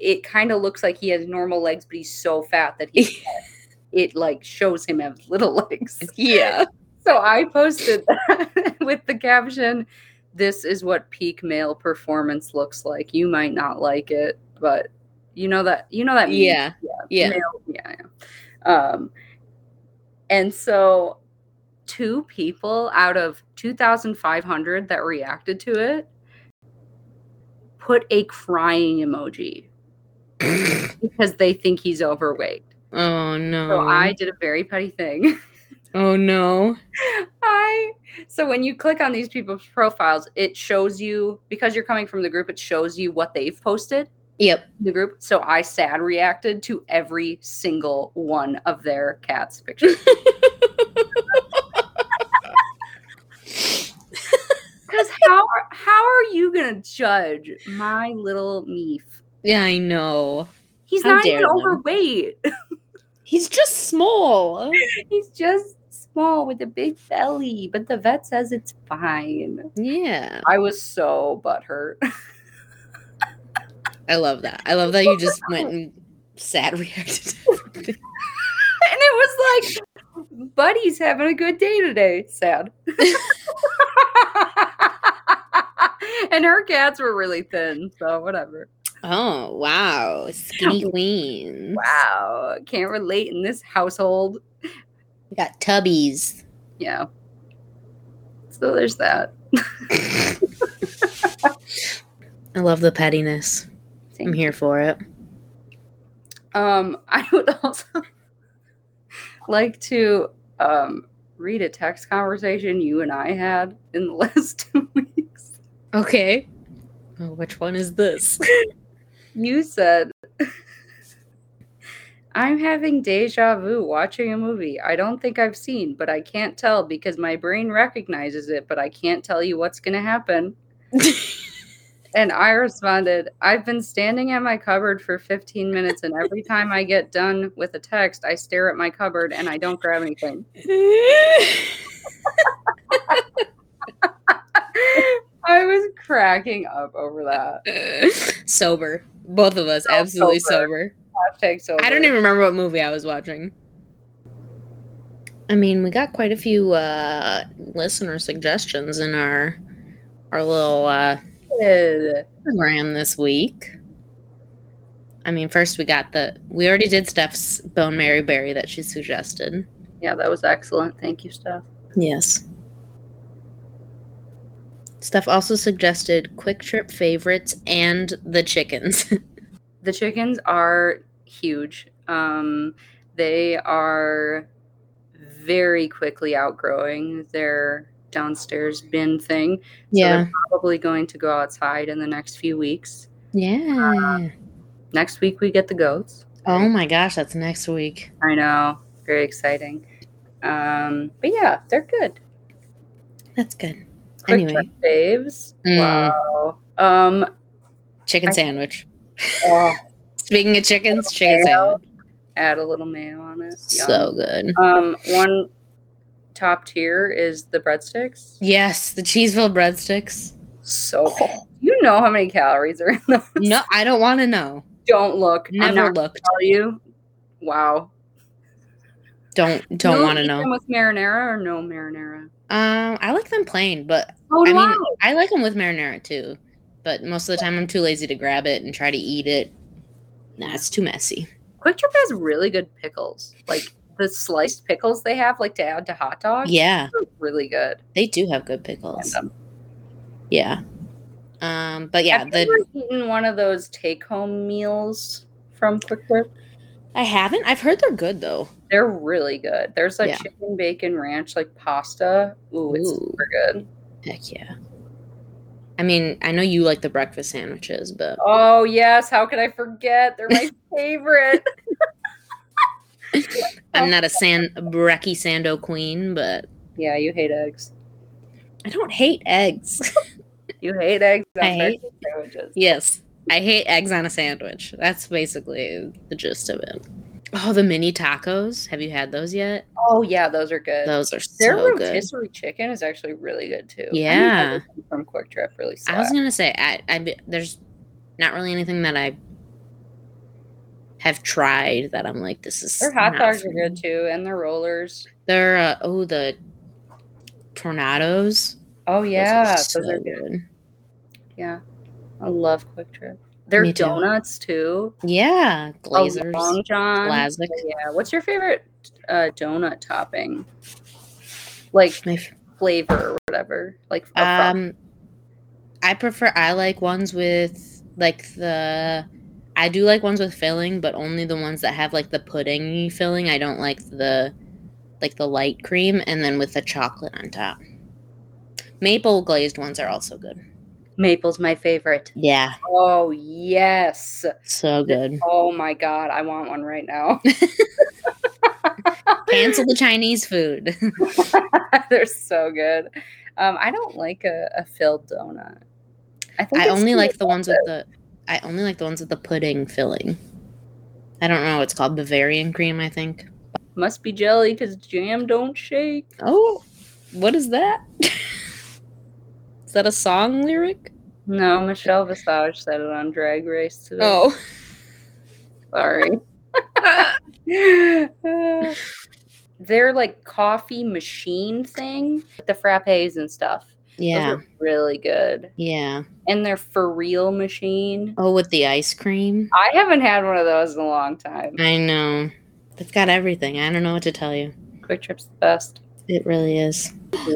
it kind of looks like he has normal legs, but he's so fat that he it like shows him have little legs. Yeah. So I posted that with the caption, "This is what peak male performance looks like. You might not like it, but you know that you know that meme. Yeah. Yeah. Male- yeah, yeah. Um, and so two people out of 2,500 that reacted to it put a crying emoji because they think he's overweight. Oh no. So I did a very petty thing. Oh no. I so when you click on these people's profiles, it shows you because you're coming from the group, it shows you what they've posted. Yep. The group. So I sad reacted to every single one of their cats pictures. Because how how are you gonna judge my little meef? Yeah, I know. He's How not even dare them. overweight. He's just small. He's just small with a big belly, but the vet says it's fine. Yeah. I was so butthurt. I love that. I love that you just went and sad reacted. to everything. and it was like, Buddy's having a good day today. Sad. and her cats were really thin, so whatever. oh wow. Skinny queen. Wow, can't relate in this household. We got tubbies. Yeah. So there's that. I love the pettiness. I'm Thank here for it. Um, I would also like to um read a text conversation you and I had in the last two weeks. Okay. Oh, which one is this? You said, I'm having deja vu watching a movie I don't think I've seen, but I can't tell because my brain recognizes it, but I can't tell you what's going to happen. and I responded, I've been standing at my cupboard for 15 minutes, and every time I get done with a text, I stare at my cupboard and I don't grab anything. I was cracking up over that. sober. Both of us absolutely sober. Hashtag so I don't good. even remember what movie I was watching. I mean, we got quite a few uh listener suggestions in our our little uh program this week. I mean, first we got the we already did Steph's bone Mary berry that she suggested. Yeah, that was excellent. Thank you, Steph. Yes. Steph also suggested Quick Trip favorites and the chickens. the chickens are huge. Um, they are very quickly outgrowing their downstairs bin thing. So they're probably going to go outside in the next few weeks. yeah. Next week we get the goats. Oh my gosh, that's next week. I know. Very exciting. Um, but yeah, they're good. That's good. Quick Anyway. trip faves. Mm. Wow. Um Chicken I- sandwich. oh, Speaking of chickens, chicken mayo. sandwich. oh, add a little mayo on it. Yum. So good. um one top tier is the breadsticks. Yes, the Cheeseville breadsticks. So you know how many calories are in those. No, I don't want to know. Don't look. I'm Never not gonna looked. tell you. Wow. Don't don't You want to eat know. them With marinara or no marinara? Um, I like them plain, but Oh, I mean, I like them with marinara too, but most of the time I'm too lazy to grab it and try to eat it. Nah, it's too messy. Quick Trip has really good pickles. Like the sliced pickles they have, like to add to hot dogs. Yeah, are really good. they do have good pickles. Yeah. Um, but yeah, I've the never eaten one of those take-home meals from Quick Trip. I haven't. I've heard they're good though. They're really good. There's like Yeah. chicken bacon ranch, like pasta. Ooh, it's Ooh. super good. Heck yeah. I mean, I know you like the breakfast sandwiches, but Oh yes, how could I forget? They're my favorite. I'm not a sand brekkie sando queen, but Yeah, you hate eggs. I don't hate eggs. You hate eggs on I hate- breakfast sandwiches. yes. I hate eggs on a sandwich. That's basically the gist of it. Oh, the mini tacos. Have you had those yet? Oh yeah, those are good. Those are Their so good. rotisserie chicken is actually really good too. I need Yeah. everything from Quick Trip really I was slaps. gonna say I, I be- there's not really anything that I have tried that I'm like this is Their hot not dogs for are me. good too, and their rollers. They're uh, oh the tornadoes. Oh Those are yeah, those so are good. good. Yeah, I love Quick Trip. Their Me too. donuts too. Yeah, A glazers, Long John. Oh, Vlasic. Yeah. What's your favorite uh, donut topping? like My f- flavor or whatever. Like a frog. um, I prefer. I like ones with like the. I do like ones with filling, but only the ones that have like the puddingy filling. I don't like the like the light cream, and then with the chocolate on top. Maple glazed ones are also good. maple's my favorite. Yeah, Oh yes. so good. Oh my god, I want one right now. Cancel the Chinese food. They're so good. Um, I don't like a, a filled donut. think I it's only too like the ones with the I only like the ones with the pudding filling. I don't know what it's called, Bavarian cream, I think. Must be jelly because jam don't shake. Oh, what is that? is that a song lyric? No, Michelle Visage said it on Drag Race today. Oh, sorry. They're like coffee machine thing, the frappes and stuff. Those yeah, are really good. yeah. And they're for real machine. Oh, with the ice cream. I haven't had one of those in a long time. I know. It's got everything. I don't know what to tell you. Quick Trip's the best. It really is.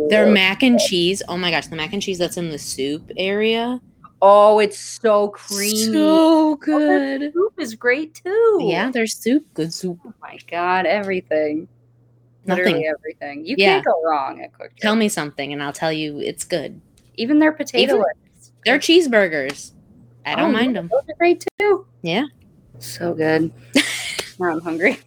Their mac and cheese. Oh my gosh, the mac and cheese that's in the soup area. oh, it's so creamy. So their good. soup is great too. Yeah, their soup. Good soup. Oh my god, everything. Literally Nothing. everything. You Yeah. can't go wrong at Quick Trip. Tell me something and I'll tell you it's good. Even their potato Even- legs. They're cheeseburgers. I don't Oh, mind yeah, them. Those are great too. Yeah. So good. now I'm hungry.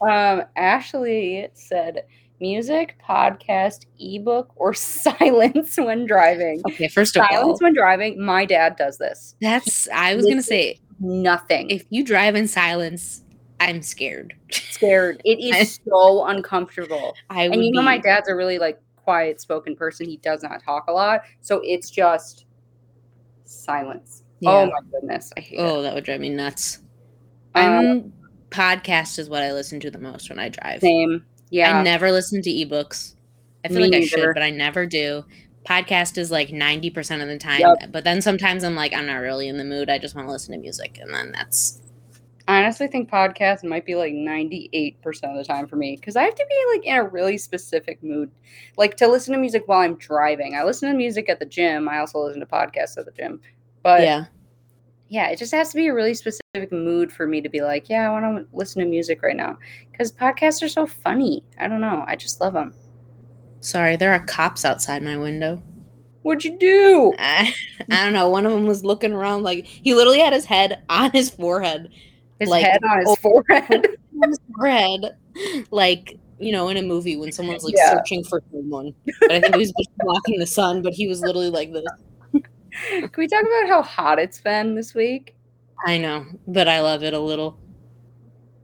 um, Ashley said music, podcast, ebook, or silence when driving. Okay, first of all, Silence when driving. My dad does this. that's I was gonna say Nothing. if you drive in silence, I'm scared. scared. It is so uncomfortable. I would And you know, be- my dad's a really like quiet spoken person. He does not talk a lot. So it's just silence. Oh Yeah. my goodness. I hate oh, that would drive me nuts. it. Um, I'm podcast is what I listen to the most when I drive. same. Yeah. I never listen to ebooks. I feel Me like I neither. should, but I never do. Podcast is like ninety percent of the time, Yep. but then sometimes I'm like, I'm not really in the mood. I just want to listen to music, and then that's I honestly think podcasts might be like 98% of the time for me because I have to be like in a really specific mood. Like to listen to music while I'm driving. I listen to music at the gym. I also listen to podcasts at the gym. But yeah, yeah, it just has to be a really specific mood for me to be like, yeah, I want to listen to music right now because podcasts are so funny. I don't know. I just love them. Sorry, there are cops outside my window. What'd you do? I, I don't know. One of them was looking around like he literally had his head on his forehead, His Like, head on his oh. forehead. on his forehead, like you know, in a movie when someone's like Yeah. searching for someone. But I think he was just blocking the sun. But he was literally like this. Can we talk about how hot it's been this week? I know, but I love it a little.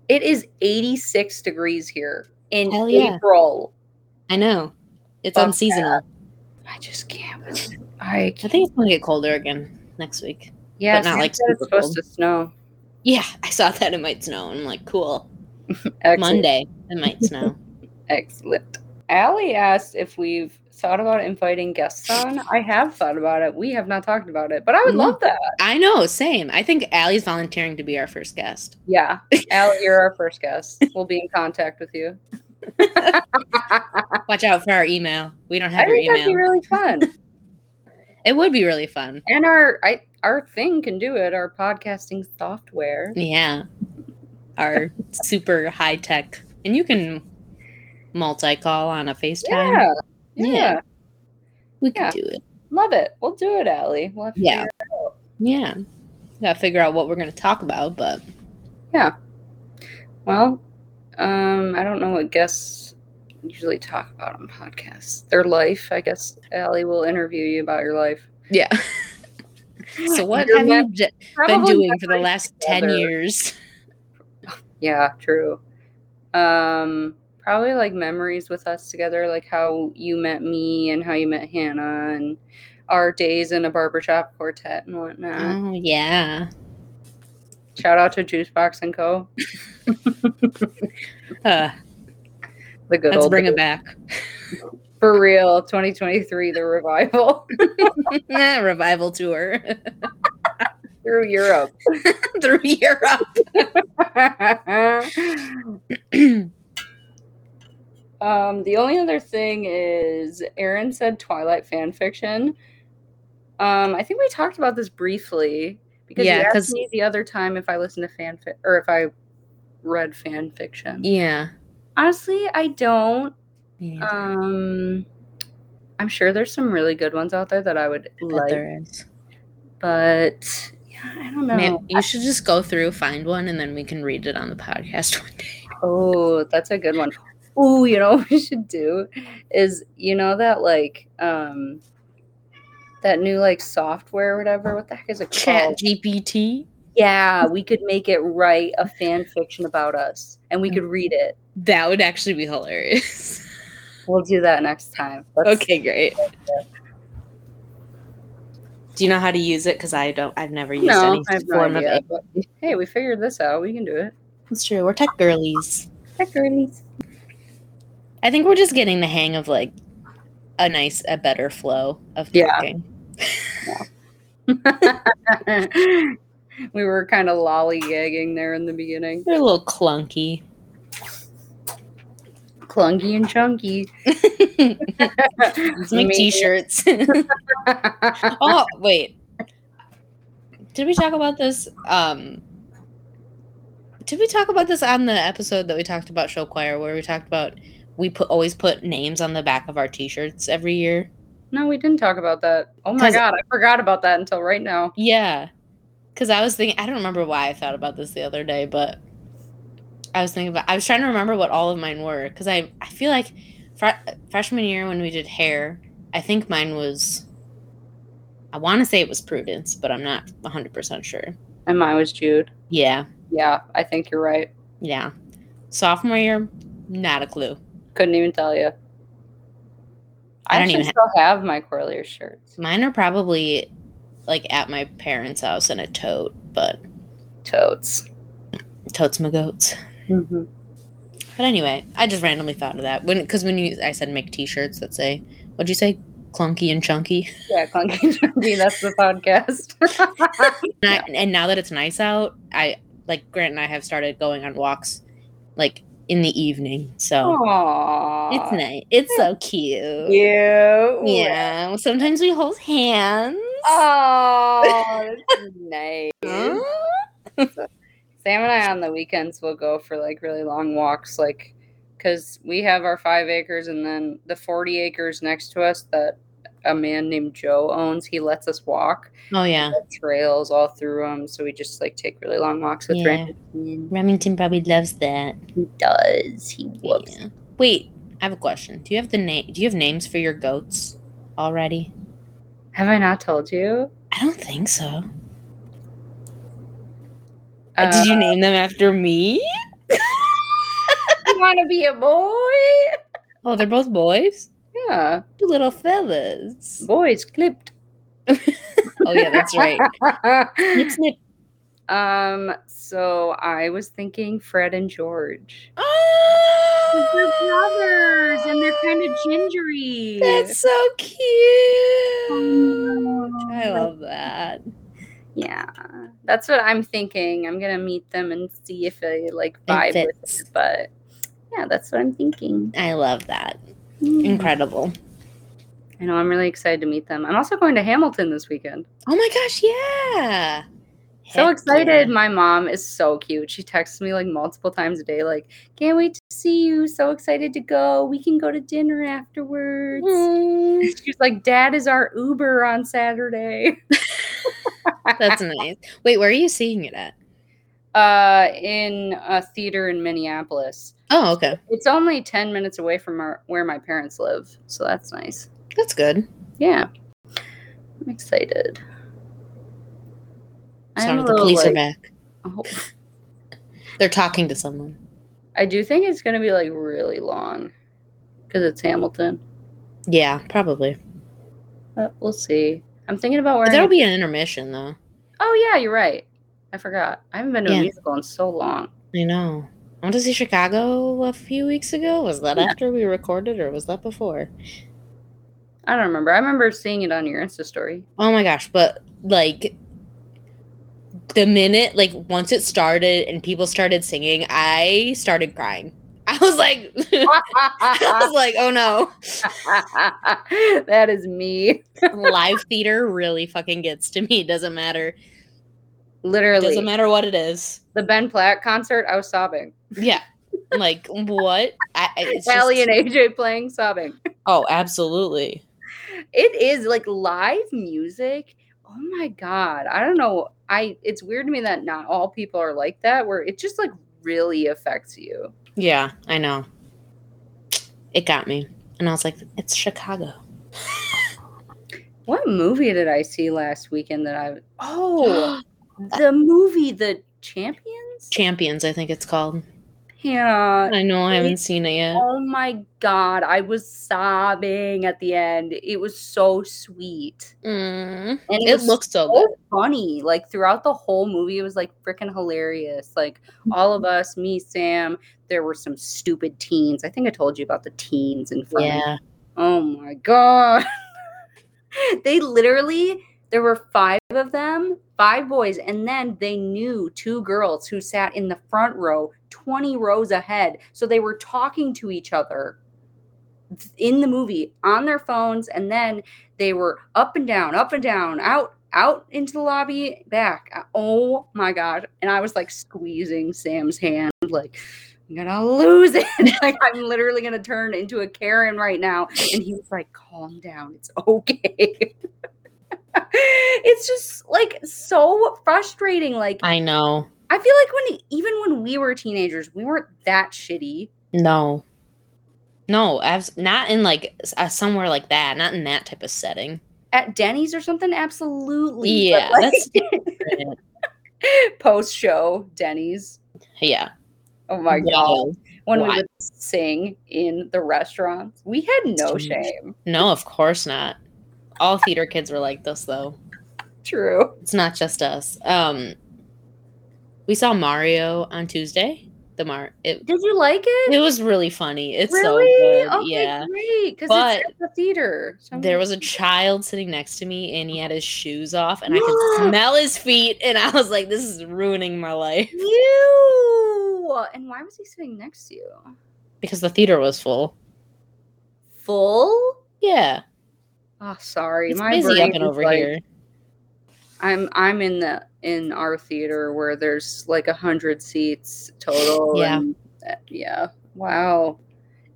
It is 86 degrees here in Hell yeah. April. I know, it's Fuck unseasonal. I just can't. with it. I I can't. think it's gonna get colder again next week. yeah, but not, Sam like, said it's super supposed to snow. Yeah, I saw that it might snow. and I'm like, cool. Excellent. Monday it might snow. Excellent. Allie asked if we've thought about inviting guests on. I have thought about it. We have not talked about it, but I would Mhm. love that. I know, same. I think Allie's volunteering to be our first guest. Yeah, Allie, you're our first guest. We'll be in contact with you. Watch out for our email. We don't I have your think that'd email. be really fun. It would be really fun. and our I, our thing can do it. Our podcasting software. Yeah. Our super high tech. And you can multi call on a FaceTime. Yeah. Yeah. yeah, We can Yeah. do it. love it. We'll do it, Allie. We'll have to Yeah. figure it out. Yeah. Gotta figure out what we're gonna talk about, but Well, um, I don't know what guests usually talk about on podcasts. Their life, I guess. Allie will interview you about your life. yeah. So what Your have life you d- been probably doing for the never- last ten together. years? Yeah, true. Um, probably like memories with us together, like how you met me and how you met Hannah and our days in a barbershop quartet and whatnot. Oh yeah. Shout out to Juicebox and Co. Uh, The good let's old bring it days. back. for real. 2023, the revival Eh, Revival tour through Europe. through Europe. um, Um, the only other thing is Aaron said Twilight fan fiction. Um, I think we talked about this briefly because Yeah, yeah, 'cause- me the other time if I listened to fan fi- or if I read fan fiction. Yeah. Honestly, I don't. yeah. Um, I'm sure there's some really good ones out there that I would I bet like, there is. but yeah, I don't know. May- you should just go through, find one, and then we can read it on the podcast one day. Oh, that's a good one. Oh, you know what we should do is you know that like um that new like software or whatever. What the heck is it Chat called? GPT. Yeah, we could make it write a fan fiction about us, and we could read it. That would actually be hilarious. We'll do that next time. Let's- okay, great. Do you know how to use it? Because I don't. I've never used No, any I have no form of idea. it. but hey, we figured this out. We can do it. It's true. We're tech girlies. Heck, girlies. I think we're just getting the hang of like a nice, a better flow of Yeah. talking. we were kind of lollygagging there in the beginning. We're a little clunky. Clunky and chunky. Let's make Maybe- t-shirts. oh wait did we talk about this um did we talk about this on the episode that we talked about show choir where we talked about we put always put names on the back of our t-shirts every year no, we didn't talk about that. Oh my 'Cause- god, I forgot about that until right now. yeah because i was thinking i don't remember why i thought about this the other day but i was thinking about i was trying to remember what all of mine were because i i feel like fr- freshman year when we did hair i think mine was i want to say it was prudence but i'm not 100% sure And mine was Jude. yeah Yeah, I think you're right. Yeah. Sophomore year, not a clue. Couldn't even tell you. I don't actually even have, still have my Corlear shirts. mine are probably like at my parents' house in a tote, but Totes. totes my goats. Mm-hmm. But anyway, I just randomly thought of that when because when you I said make t-shirts that say what'd you say clunky and chunky, Yeah, clunky and chunky. That's the podcast. and, I, and now that it's nice out, I like Grant and I have started going on walks like in the evening, so Aww. Oh, it's nice. It's so cute. You. Yeah. Sometimes we hold hands. Oh, that's nice. Huh? Sam and I on the weekends will go for like really long walks, like because we have our five acres and then the 40 acres next to us that a man named Joe owns. He lets us walk Oh yeah. trails all through them. So we just like take really long walks with Yeah. Brandon. Remington probably loves that. He does. He whoops. Yeah. Wait, I have a question. Do you have the name? Do you have names for your goats already? Have I not told you? I don't think so. Uh, Did you name them after me? want to be a boy? Oh, they're both boys. Yeah. Two little fellas. Boys clipped. Oh yeah, that's right. snip snip. Um, so I was thinking Fred and George. They're Oh, brothers and they're kind of gingery. That's so cute. Oh. I love that. yeah. That's what I'm thinking. I'm gonna meet them and see if I like vibe with fits. it. But yeah, that's what I'm thinking. I love that. Mm. Incredible. I know I'm really excited to meet them. I'm also going to Hamilton this weekend. Oh my gosh, yeah. So Heck excited. yeah. My mom is so cute. She texts me like multiple times a day, like, can't wait to see you. So excited to go. We can go to dinner afterwards. Mm. She's like, Dad is our Uber on Saturday. That's nice. Wait, where are you seeing it at? Uh, in a theater in Minneapolis. Oh, okay. It's only 10 minutes away from our, where my parents live. So that's nice. That's good. Yeah. I'm excited. I'm Sound a of the little, police are like- back. oh, They're talking to someone. I do think it's going to be like really long because it's Hamilton. Yeah, probably. But we'll see. I'm thinking about But wearing. there'll be an intermission though. oh, yeah, you're right. I forgot. I haven't been to Yeah. a musical in so long. I know. I went to see Chicago a few weeks ago. Was that Yeah. after we recorded or was that before? I don't remember. I remember seeing it on your Insta story. Oh my gosh, but like the minute like once it started and people started singing, I started crying. I was like, I was like, oh no. that is me. Live theater really fucking gets to me. Doesn't matter. Literally. Doesn't matter what it is. The Ben Platt concert, I was sobbing. Yeah. Like what? I, it's just- Allie and AJ playing sobbing. oh, absolutely. It is like live music. Oh my god. I don't know. I it's weird to me that not all people are like that where it just like really affects you. Yeah, I know. It got me, and I was like, it's Chicago. What movie did I see last weekend that I Oh, the movie The Champions? Champions, I think it's called. Hannah, I know I haven't seen it yet. Oh my god, I was sobbing at the end. It was so sweet. Mm. And It was looks so good. so funny. Like throughout the whole movie, it was like freaking hilarious. Like all of us, me, Sam, there were some stupid teens. I think I told you about the teens in front. of me. Yeah, Oh my god. they literally there were five of them, five boys, and then they knew two girls who sat in the front row, 20 rows ahead. So they were talking to each other th- in the movie on their phones and then they were up and down, up and down, out out into the lobby, back. Uh, Oh my god. And I was like squeezing Sam's hand like I'm gonna lose it. like I'm literally gonna turn into a Karen right now. And he was like, calm down, it's okay. it's just like so frustrating. Like I know. I feel like when even when we were teenagers, we weren't that shitty. No, no, abs- not in like s- uh, somewhere like that. Not in that type of setting. At Denny's or something, absolutely. Yeah, but, that's like, post show Denny's. yeah. Oh my god! No. When we Why? would sing in the restaurants, we had no Jeez. shame. No, of course not. All theater kids were like this though. True. It's not just us. Um, we saw Mario on Tuesday. The Mar it Did you like it? It was really funny. It's really? Oh so good. okay, yeah. great. Because But it's at the theater. So I'm There like, was a child sitting next to me and he had his shoes off and I could smell his feet and I was like, this is ruining my life. you. And why was he sitting next to you? Because the theater was full. Full? Yeah. Oh, sorry. It's My busy up brain and is over like- here. I'm I'm in the in our theater where there's like a hundred seats total. Yeah. and- uh, yeah. Wow.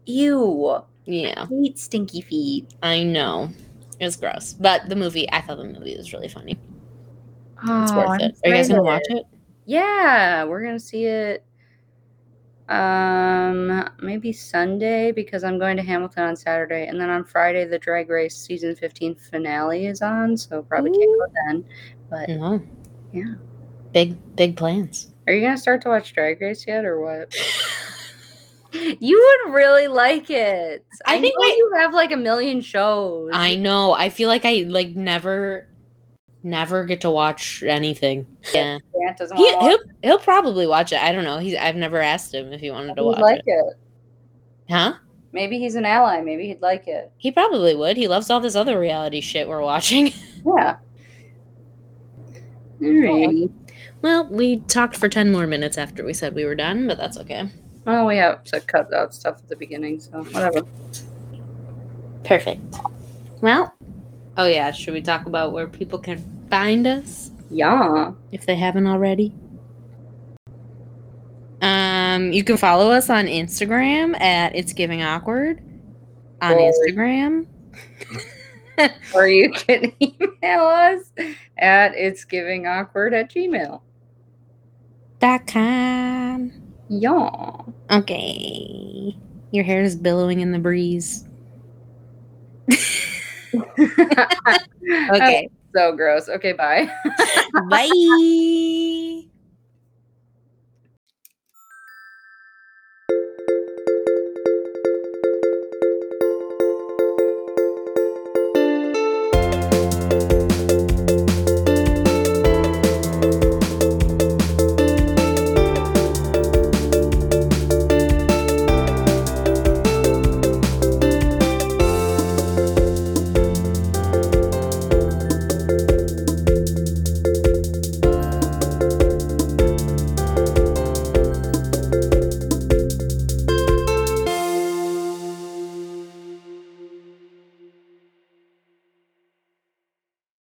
Ew. Yeah. Hate stinky feet. I know. It was gross. But the movie I thought the movie was really funny. It's Oh, worth I'm it. Are you guys gonna excited. watch it? Yeah, we're gonna see it. Um, maybe Sunday because I'm going to Hamilton on Saturday, and then on Friday the Drag Race season 15 finale is on, so probably can't go then. But No. Yeah. Big big plans. are you gonna start to watch Drag Race yet, or what? You would really like it. I I, think think I- you have like a million shows. I know. I feel like I like never never get to watch anything. Yeah. Grant doesn't He, want to he'll he'll probably watch it. I don't know. He's I've never asked him if he wanted to watch He'd like it. it. Huh? Maybe he's an ally. Maybe he'd like it. He probably would. He loves all this other reality shit we're watching. Yeah. Alrighty. well, we talked for ten more minutes after we said we were done, but that's okay. Well, we have to cut out stuff at the beginning, so whatever. Perfect. Well, oh yeah. Should we talk about where people can find us Yeah. if they haven't already? Um, you can follow us on Instagram at it's giving awkward on Or- Instagram. Or you can email us at it's giving awkward at gmail. dot com. Yeah. Okay. Your hair is billowing in the breeze. okay. So gross. Okay, bye. Bye.